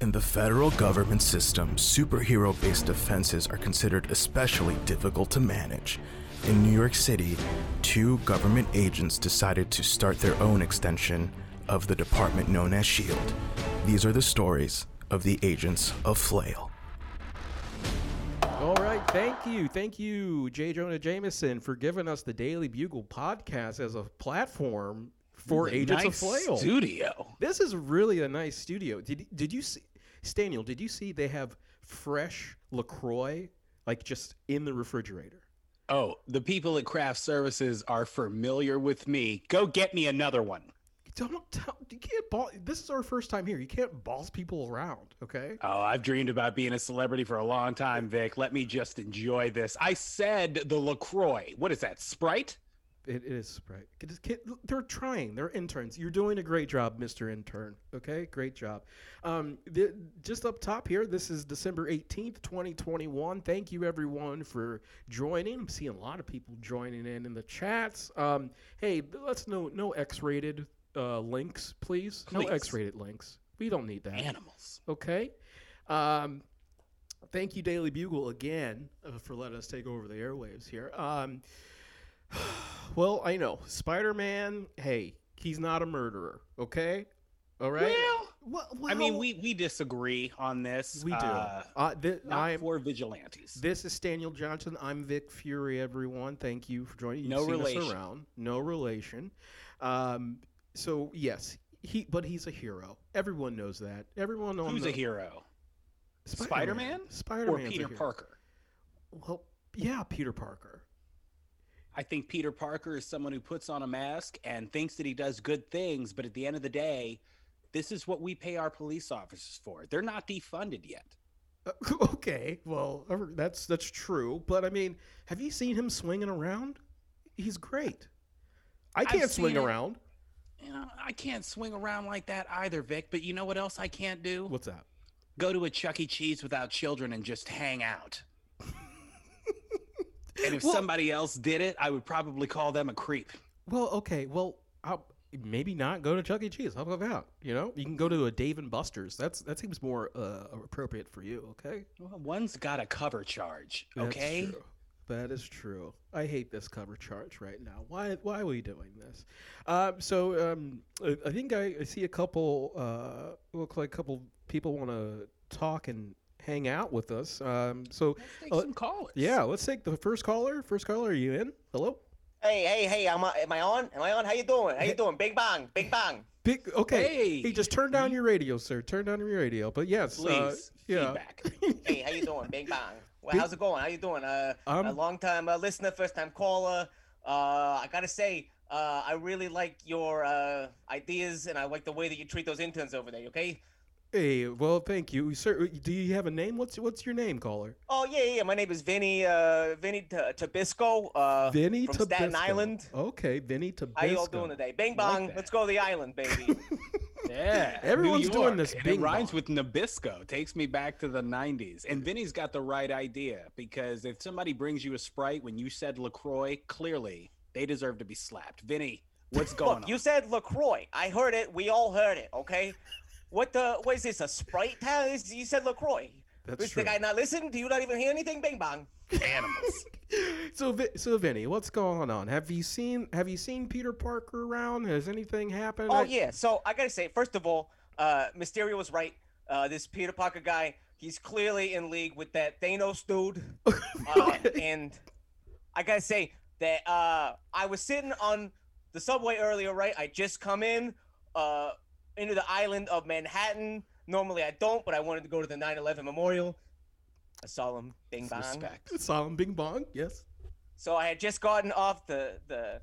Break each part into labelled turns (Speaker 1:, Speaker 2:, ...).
Speaker 1: In the federal government system, superhero based offenses are considered especially difficult to manage. In New York City, two government agents decided to start their own extension of the department known as SHIELD. E These are the stories of the agents of Flail.
Speaker 2: All right, thank you, thank you, J. Jonah Jameson, for giving us the Daily Bugle podcast as a platform for Agents of
Speaker 3: nice
Speaker 2: Flail.
Speaker 3: studio.
Speaker 2: This is really a nice studio. Did did you see, Staniel? Did you see they have fresh Lacroix like just in the refrigerator?
Speaker 3: Oh, the people at Craft Services are familiar with me. Go get me another one.
Speaker 2: Don't tell. You can't ball. This is our first time here. You can't boss people around. Okay.
Speaker 3: Oh, I've dreamed about being a celebrity for a long time, Vic. Let me just enjoy this. I said the LaCroix. What is that, Sprite?
Speaker 2: It is right. Get this kid- They're trying. They're interns. You're doing a great job, Mister Intern. Okay, great job. Um, the, just up top here, this is December eighteenth, twenty twenty one. Thank you everyone for joining. I'm seeing a lot of people joining in in the chats. Um, hey, let's no no X rated uh, links, please. No
Speaker 3: Please.
Speaker 2: X rated links. We don't need that.
Speaker 3: Animals.
Speaker 2: Okay. Um, thank you, Daily Bugle, again uh, for letting us take over the airwaves here. Um, well, I know Spider Man. Hey, he's not a murderer. Okay. All right.
Speaker 3: Well,
Speaker 2: Well,
Speaker 3: I mean,
Speaker 2: well,
Speaker 3: we we disagree on this.
Speaker 2: we do.
Speaker 3: Uh,
Speaker 2: Uh, thi-
Speaker 3: not
Speaker 2: I'm.
Speaker 3: for vigilantes.
Speaker 2: This is Daniel Johnson. I'm Vic Fury, everyone. Thank you for joining. You've
Speaker 3: No
Speaker 2: seen us
Speaker 3: relation.
Speaker 2: around. No relation. Um, so yes, he. But he's a hero. Everyone knows that. Everyone on
Speaker 3: Who's
Speaker 2: the
Speaker 3: a hero? Spider-Man?
Speaker 2: Spider
Speaker 3: or
Speaker 2: Man.
Speaker 3: Peter Parker?
Speaker 2: Well, yeah, Peter Parker.
Speaker 3: I think Peter Parker is someone who puts on a mask and thinks that he does good things, but at the end of the day, this is what we pay our police officers for. They're not defunded yet.
Speaker 2: Uh, okay, well, uh, that's that's true, but I mean, have you seen him swinging around? He's great. I
Speaker 3: I've
Speaker 2: can't swing
Speaker 3: seen it.
Speaker 2: around.
Speaker 3: You know, I can't swing around like that either, Vic, but you know what else I can't do?
Speaker 2: What's that?
Speaker 3: Go to a Chuck E. Cheese without children and just hang out. and if
Speaker 2: Well-
Speaker 3: somebody else did it, I would probably call them a creep.
Speaker 2: Well, okay, well, I'll, maybe not go to Chuck E. Cheese. How about that? You know, you can go to a Dave and Buster's. That's that seems more uh, appropriate for you. Okay.
Speaker 3: Well, one's got a cover charge,
Speaker 2: That's
Speaker 3: okay?
Speaker 2: true. That is true. I hate this cover charge right now. Why? Why are we doing this? Um, so um, I I think I, I see a couple. Uh, look like a couple people want to talk and hang out with us. Um, so
Speaker 3: Let's take
Speaker 2: Uh,
Speaker 3: some callers.
Speaker 2: yeah, let's take the first caller. First caller, are you in? Hello.
Speaker 4: Hey, hey, hey, am I, am I on? Am I on? How you doing? How you doing? Big bang, big bang.
Speaker 2: Big. Okay.
Speaker 3: Hey,
Speaker 2: Hey, just turn down your radio, sir. Turn down your radio. But yes, uh,
Speaker 3: please,
Speaker 2: yeah.
Speaker 3: feedback.
Speaker 4: Hey, how you doing? Big bang. Well,
Speaker 2: Big-
Speaker 4: how's it going? How you doing? Uh,
Speaker 2: Um,
Speaker 4: a long time uh, listener, first time caller. Uh, I gotta say, uh, I really like your uh, ideas, and I like the way that you treat those interns over there. Okay.
Speaker 2: Hey, well, thank you, sir. uh, Do you have a name? What's what's your name, caller?
Speaker 4: Oh yeah, yeah. My name is Vinny. Uh, Vinny T- Tabisco. Uh,
Speaker 2: Vinny
Speaker 4: from Staten
Speaker 2: Tabisco.
Speaker 4: Island.
Speaker 2: Okay, Vinny Tabisco.
Speaker 4: how you all doing today?
Speaker 3: Like
Speaker 4: Bing bong.
Speaker 3: that.
Speaker 4: Let's go to the island, baby.
Speaker 3: Yeah, New
Speaker 2: Everyone's doing
Speaker 3: York,
Speaker 2: this
Speaker 3: And
Speaker 2: bing
Speaker 3: it rhymes
Speaker 2: bong.
Speaker 3: with Nabisco. Takes me back to the '90s. And Vinny's got the right idea because if somebody brings you a sprite when you said Lacroix, clearly they deserve to be slapped. Vinny, what's going
Speaker 4: Look,
Speaker 3: on?
Speaker 4: you said Lacroix. I heard it. We all heard it. Okay. What the? What is this? A Sprite? How is- You said Lacroix.
Speaker 2: That's
Speaker 4: Does
Speaker 2: true.
Speaker 4: the guy not listen? Do you not even hear anything? Bing bong.
Speaker 3: Animals.
Speaker 2: so, Vi- so Vinny, what's going on? Have you seen Have you seen Peter Parker around? Has anything happened?
Speaker 4: Oh
Speaker 2: I-
Speaker 4: yeah. So I gotta say, first of all, uh, Mysterio was right. Uh, this Peter Parker guy, he's clearly in league with that Thanos dude. Uh, and I gotta say that uh, I was sitting on the subway earlier, right? I just come in uh, into the island of Manhattan. Normally I don't, but I wanted to go to the 9/11 memorial. A solemn bing bong.
Speaker 3: Respect.
Speaker 2: Solemn Bing Bong. Yes.
Speaker 4: So I had just gotten off the the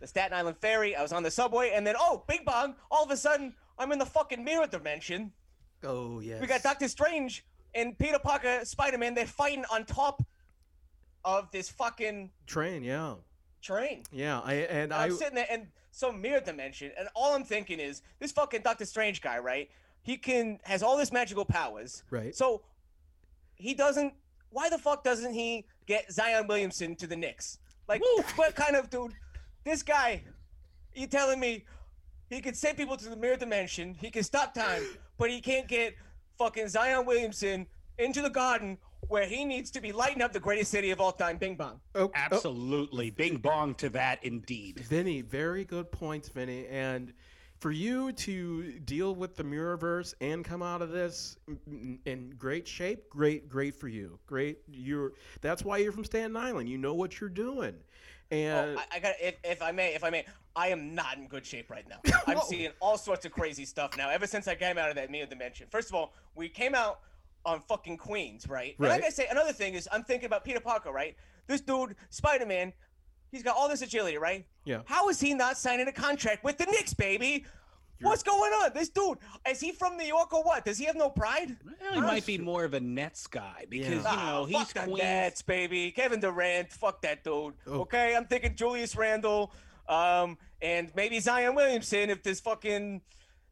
Speaker 4: the Staten Island ferry. I was on the subway, and then oh, Big Bong! All of a sudden, I'm in the fucking mirror dimension.
Speaker 2: Oh yes.
Speaker 4: We got Doctor Strange and Peter Parker, Spider Man. They're fighting on top of this fucking
Speaker 2: train. Yeah,
Speaker 4: train.
Speaker 2: yeah. I and
Speaker 4: And
Speaker 2: I.
Speaker 4: I'm sitting there in some mirror dimension, and all I'm thinking is this fucking Doctor Strange guy, right? He can has all this magical powers.
Speaker 2: Right.
Speaker 4: So he doesn't. Why the fuck doesn't he get Zion Williamson to the Knicks? Like, what kind of dude? This guy, you telling me he can send people to the mirror dimension, he can stop time, but he can't get fucking Zion Williamson into the garden where he needs to be lighting up the greatest city of all time, Bing Bong.
Speaker 2: Oh, oh,
Speaker 3: Absolutely. Bing bong to that indeed.
Speaker 2: Vinny, very good points, Vinny. And for you to deal with the Mirrorverse and come out of this in- in great shape, great, great for you. Great, you're. That's why you're from Staten Island. You know what you're doing, and
Speaker 4: Oh, I, I got if, if I may, if I may, I am not in good shape right now. I'm
Speaker 2: Whoa.
Speaker 4: seeing all sorts of crazy stuff now. Ever since I came out of that Mia dimension, first of all, we came out on fucking Queens, right? And
Speaker 2: Right.
Speaker 4: like I say, another thing is I'm thinking about Peter Parker, right? This dude, Spider Man, he's got all this agility, right?
Speaker 2: Yeah.
Speaker 4: How is he not signing a contract with the Knicks, baby?
Speaker 2: You're-
Speaker 4: What's going on? This dude, is he from New York or what? Does he have no pride?
Speaker 3: Well, he might be more of a Nets guy because
Speaker 4: Ah,
Speaker 3: you know he's
Speaker 4: fuck the
Speaker 3: Queens.
Speaker 4: Nets, baby. Kevin Durant, fuck that dude.
Speaker 2: Oh.
Speaker 4: Okay, I'm thinking Julius Randle, um, and maybe Zion Williamson if this fucking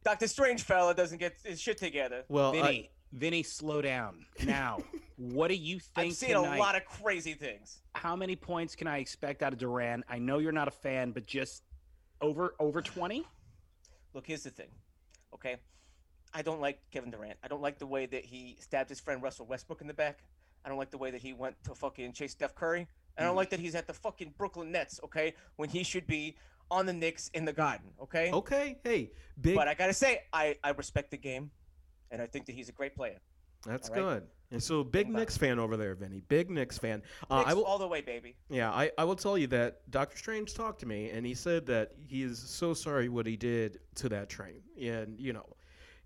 Speaker 4: Doctor Strange fella doesn't get his shit together.
Speaker 2: well, I-
Speaker 3: Vinny, Vinny, slow down now. what do you think
Speaker 4: I've seen
Speaker 3: tonight?
Speaker 4: a lot of crazy things.
Speaker 3: How many points can I expect out of Duran? I know you're not a fan, but just over over twenty.
Speaker 4: Look, here's the thing, okay? I don't like Kevin Durant. I don't like the way that he stabbed his friend Russell Westbrook in the back. I don't like the way that he went to fucking chase Steph Curry. I
Speaker 3: Mm.
Speaker 4: don't like that he's at the fucking Brooklyn Nets, okay? When he should be on the Knicks in the Garden, okay?
Speaker 2: okay, hey, big.
Speaker 4: But I gotta say, I, I respect the game, and I think that he's a great player.
Speaker 2: that's
Speaker 4: all right.
Speaker 2: good. And so, big
Speaker 4: Bing bong.
Speaker 2: Knicks fan over there, Vinny. Big Knicks fan. Uh,
Speaker 4: Knicks
Speaker 2: I will.
Speaker 4: all the way, baby.
Speaker 2: Yeah, I, I will tell you that Doctor Strange talked to me and he said that he is so sorry what he did to that train. And, you know,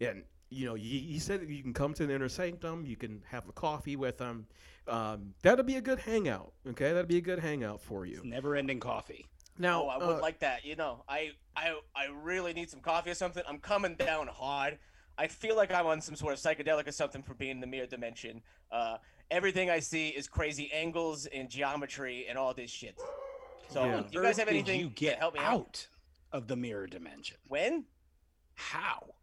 Speaker 2: and, you know, he, he said that you can come to the inner sanctum, you can have a coffee with him. Um, that'll be a good hangout, okay? That'll be a good hangout for
Speaker 3: It's
Speaker 2: you.
Speaker 3: never ending coffee.
Speaker 2: Now,
Speaker 4: Oh, I would
Speaker 2: uh,
Speaker 4: like that. You know, I, I I really need some coffee or something. I'm coming down hard. I feel like I'm on some sort of psychedelic or something for being in the mirror dimension. Uh, everything I see is crazy angles and geometry and all this shit. So,
Speaker 2: Yeah.
Speaker 3: How on
Speaker 4: you guys
Speaker 3: earth
Speaker 4: have
Speaker 3: did
Speaker 4: anything
Speaker 3: You
Speaker 4: to
Speaker 3: get
Speaker 4: help me out?
Speaker 3: out of the mirror dimension.
Speaker 4: When?
Speaker 3: How?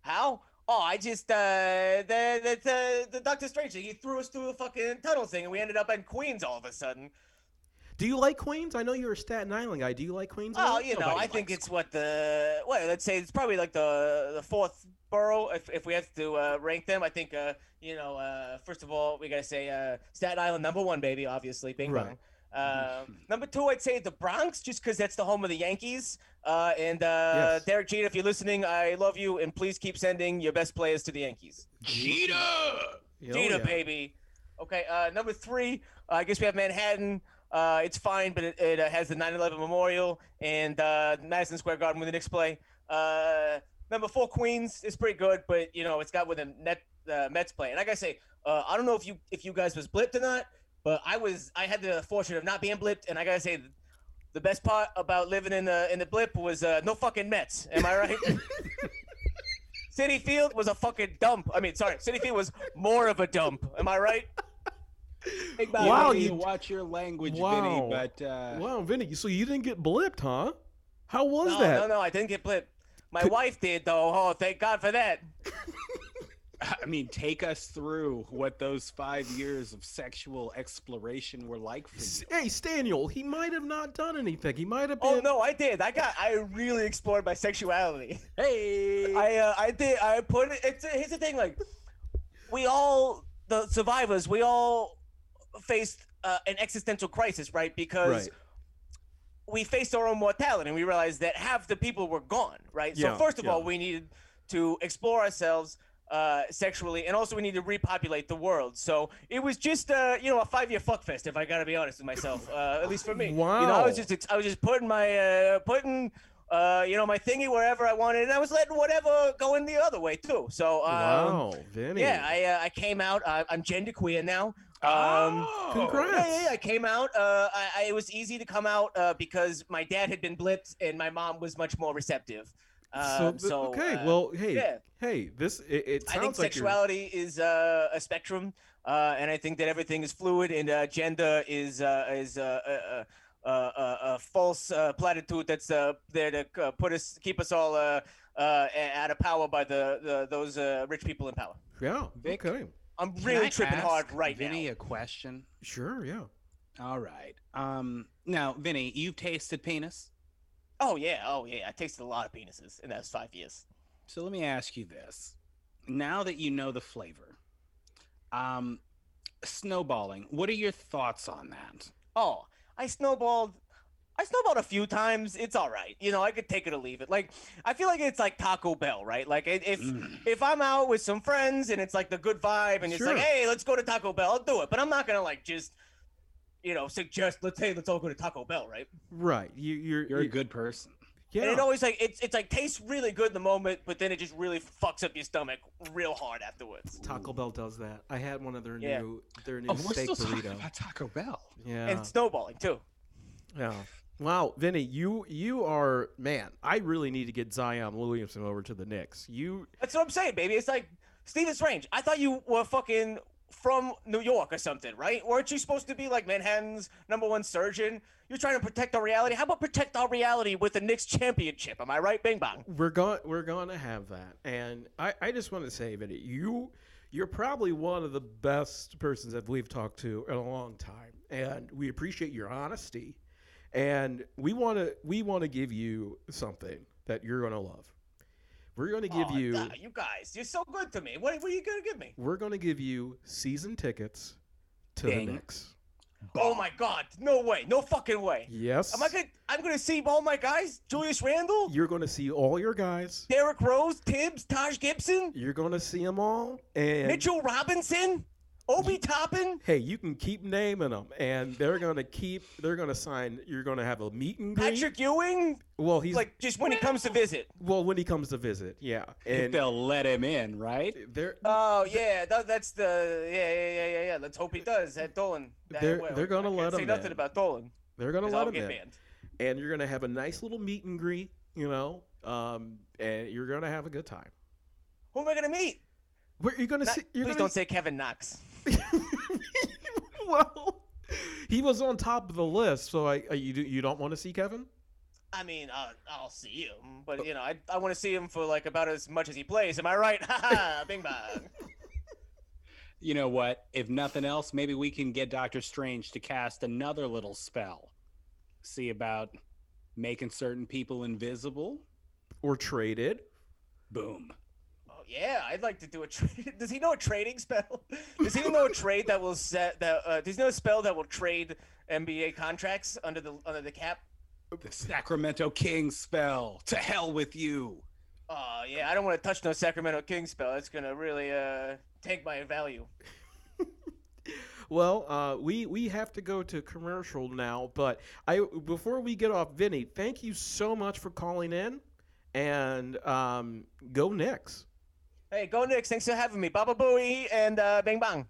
Speaker 4: How? Oh, I just uh, the the the, the Doctor Strange thing. He threw us through a fucking tunnel thing, and we ended up in Queens all of a sudden.
Speaker 2: do you like Queens? I know you're a Staten Island guy. Do you like Queens? at
Speaker 4: Well,
Speaker 2: all?
Speaker 4: you know,
Speaker 3: Nobody
Speaker 4: I think
Speaker 3: likes
Speaker 4: it's what the well, let's say it's probably like the the fourth borough if, if we have to uh, rank them. I think uh, you know, uh, first of all, we gotta say uh, Staten Island number one, baby, obviously, Bing
Speaker 2: Right.
Speaker 4: Bong. Um, number two, I'd say the Bronx, just because that's the home of the Yankees. Uh, and uh,
Speaker 2: Yes.
Speaker 4: Derek Jeter, if you're listening, I love you, and please keep sending your best players to the Yankees.
Speaker 3: Cheetah.
Speaker 2: Yeah, oh, yeah.
Speaker 4: Jeter, uh, baby. Okay, uh, number three, uh, I guess we have Manhattan. Uh, it's fine, but it, it uh, has the 9/11 Memorial and uh, Madison Square Garden with the Knicks play. Uh, number four, Queens is pretty good, but you know it's got with the Net, uh, Mets play. And I gotta say, uh, I don't know if you if you guys was blipped or not, but I was. I had the fortune of not being blipped, and I gotta say, the best part about living in the in the blip was uh, no fucking Mets. Am I right? City Field was a fucking dump. I mean, sorry, City Field was more of a dump. Am I right?
Speaker 3: Big
Speaker 2: Wow,
Speaker 3: wow,
Speaker 2: you-
Speaker 3: you watch your language,
Speaker 2: Wow.
Speaker 3: Vinny. But uh,
Speaker 2: Wow, Vinny, so you didn't get blipped, huh? How was
Speaker 4: no,
Speaker 2: that?
Speaker 4: no, no, I didn't get blipped. My wife did though. Oh, thank God for that.
Speaker 3: I mean, take us through what those five years of sexual exploration were like for
Speaker 2: S-
Speaker 3: you.
Speaker 2: Hey, Staniel, he might have not done anything. He might have been.
Speaker 4: Oh no, I did. I got. I really explored my sexuality.
Speaker 3: Hey,
Speaker 4: I, uh, I did. I put it. It's, here's the thing. Like, we all the survivors. We all faced uh, an existential crisis, right?
Speaker 2: Right.
Speaker 4: Because we faced our own mortality and we realized that half the people were gone, right?
Speaker 2: Yeah,
Speaker 4: so first of
Speaker 2: yeah.
Speaker 4: all, we needed to explore ourselves uh, sexually, and also we needed to repopulate the world. So it was just, uh, you know, a five-year fuckfest. If I gotta be honest with myself, uh, at least for me. You know, I
Speaker 2: Wow.
Speaker 4: was just, ex- I was just putting my, uh, putting, uh, you know, my thingy wherever I wanted, and I was letting whatever go in the other way too. So, um,
Speaker 2: Wow, Vinny.
Speaker 4: yeah, I, uh, I came out. I, I'm genderqueer now. Um,
Speaker 3: Oh.
Speaker 2: Congrats.
Speaker 4: yeah, yeah, yeah, I came out. Uh, I, I, it was easy to come out uh, because my dad had been blipped and my mom was much more receptive.
Speaker 2: so,
Speaker 4: Um, so,
Speaker 2: th- okay,
Speaker 4: uh,
Speaker 2: well, hey,
Speaker 4: yeah.
Speaker 2: hey, this it, it sounds
Speaker 4: I think
Speaker 2: like you're-
Speaker 4: sexuality is uh, a spectrum, uh, and I think that everything is fluid, and uh, gender is uh, is uh, a, a, a, a false uh, platitude that's uh, there to uh, put us, keep us all uh, uh, a- out of power by the, the those uh, rich people in power.
Speaker 2: Yeah,
Speaker 3: Vic.
Speaker 2: okay,
Speaker 4: I'm
Speaker 3: Can
Speaker 4: really
Speaker 3: I
Speaker 4: tripping hard
Speaker 3: ask
Speaker 4: right
Speaker 3: Vinny
Speaker 4: now.
Speaker 3: a question.
Speaker 2: sure, yeah.
Speaker 3: All right. Um, now, Vinny, you've tasted penis.
Speaker 4: Oh yeah, oh yeah. I tasted a lot of penises in those five years.
Speaker 3: So let me ask you this. now that you know the flavor, um, snowballing. What are your thoughts on that?
Speaker 4: Oh, I snowballed. I snowballed a few times. It's all right. You know, I could take it or leave it. Like, I feel like it's like Taco Bell, right? Like, it- if
Speaker 3: Mm.
Speaker 4: if I'm out with some friends and it's like the good vibe and it's
Speaker 2: Sure.
Speaker 4: like, hey, let's go to Taco Bell, I'll do it. But I'm not gonna like just, you know, suggest let's hey, let's all go to Taco Bell, right?
Speaker 2: Right. You, you're
Speaker 3: You're a
Speaker 2: you-
Speaker 3: good person.
Speaker 4: And it
Speaker 2: Yeah.
Speaker 4: always like it's it's like tastes really good in the moment, but then it just really fucks up your stomach real hard afterwards.
Speaker 2: Taco Bell does that. I had one of their
Speaker 4: Yeah.
Speaker 2: new their new
Speaker 3: Oh, we're
Speaker 2: steak
Speaker 3: still
Speaker 2: burrito.
Speaker 3: talking about Taco Bell.
Speaker 2: yeah.
Speaker 4: And snowballing too.
Speaker 2: Yeah. Wow, Vinny, you you are man. I really need to get Zion Williamson over to the Knicks. You
Speaker 4: That's what I'm saying, baby. It's like Stephen Strange. I thought you were fucking from New York or something, right? Weren't you supposed to be like Manhattan's number one surgeon? You're trying to protect our reality. How about protect our reality with the Knicks championship? Am I right, Bing Bong?
Speaker 2: we're going we're going to have that. And I I just want to say Vinny, you you're probably one of the best persons that we've talked to in a long time. And we appreciate your honesty. And we want to we want to give you something that you're going to love. We're going to give
Speaker 4: Aw,
Speaker 2: you
Speaker 4: God, you guys, you're so good to me. What, what are you gonna give me?
Speaker 2: we're going to give you season tickets to
Speaker 3: Dang.
Speaker 2: the Knicks.
Speaker 4: Oh my God, no way, no fucking way.
Speaker 2: Yes.
Speaker 4: Am I gonna? I'm gonna see all my guys: Julius Randle,
Speaker 2: You're going to see all your guys.
Speaker 4: Derrick Rose, Tibbs, Taj Gibson,
Speaker 2: You're going to see them all. And
Speaker 4: Mitchell Robinson, Obi Toppin.
Speaker 2: hey, you can keep naming them, and they're going to keep. They're going to sign. You're going to have a meet and greet.
Speaker 4: Patrick Ewing,
Speaker 2: well, he's
Speaker 4: like just when he comes to visit.
Speaker 2: well when he comes to visit. Yeah,
Speaker 3: If
Speaker 2: and
Speaker 3: they'll let him in, right?
Speaker 2: they're
Speaker 4: Oh yeah, that, that's the yeah yeah yeah yeah yeah. Let's hope he does. That Dolan. that-
Speaker 2: They're-
Speaker 4: well,
Speaker 2: they're gonna
Speaker 4: I can't
Speaker 2: let
Speaker 4: say
Speaker 2: him
Speaker 4: nothing
Speaker 2: in.
Speaker 4: about Dolan.
Speaker 2: they're going to
Speaker 4: 'cause
Speaker 2: let
Speaker 4: I'll
Speaker 2: him
Speaker 4: get
Speaker 2: in,
Speaker 4: banned.
Speaker 2: and you're going to have a nice little meet and greet. You know, um, and you're going to have a good time.
Speaker 4: Who am I gonna meet?
Speaker 2: Where you're going to
Speaker 4: Not-
Speaker 2: see? You're
Speaker 4: please
Speaker 2: gonna
Speaker 4: don't say Kevin Knox.
Speaker 2: well, he was on top of the list, so I, I you do, you don't want to see Kevin?
Speaker 4: I mean, uh, I'll see him, but you know, I, I want to see him for like about as much as he plays. Am I right? Ha ha! Bing bong.
Speaker 3: You know what? If nothing else, maybe we can get Doctor Strange to cast another little spell. See about making certain people invisible.
Speaker 2: Or traded?
Speaker 3: Boom.
Speaker 4: Oh yeah, I'd like to do a trade. Does he know a trading spell? Does he know a trade that will set that? Uh, does he know a spell that will trade NBA contracts under the under the cap?
Speaker 3: The Sacramento King spell. To hell with you.
Speaker 4: Oh yeah, I don't want to touch no Sacramento King spell. It's gonna really uh tank my value.
Speaker 2: Well, uh, we we have to go to commercial now, but I before we get off, Vinny, thank you so much for calling in, and um, go Knicks.
Speaker 4: Hey, go Knicks! Thanks for having me, Baba Booey and uh, Bang Bang.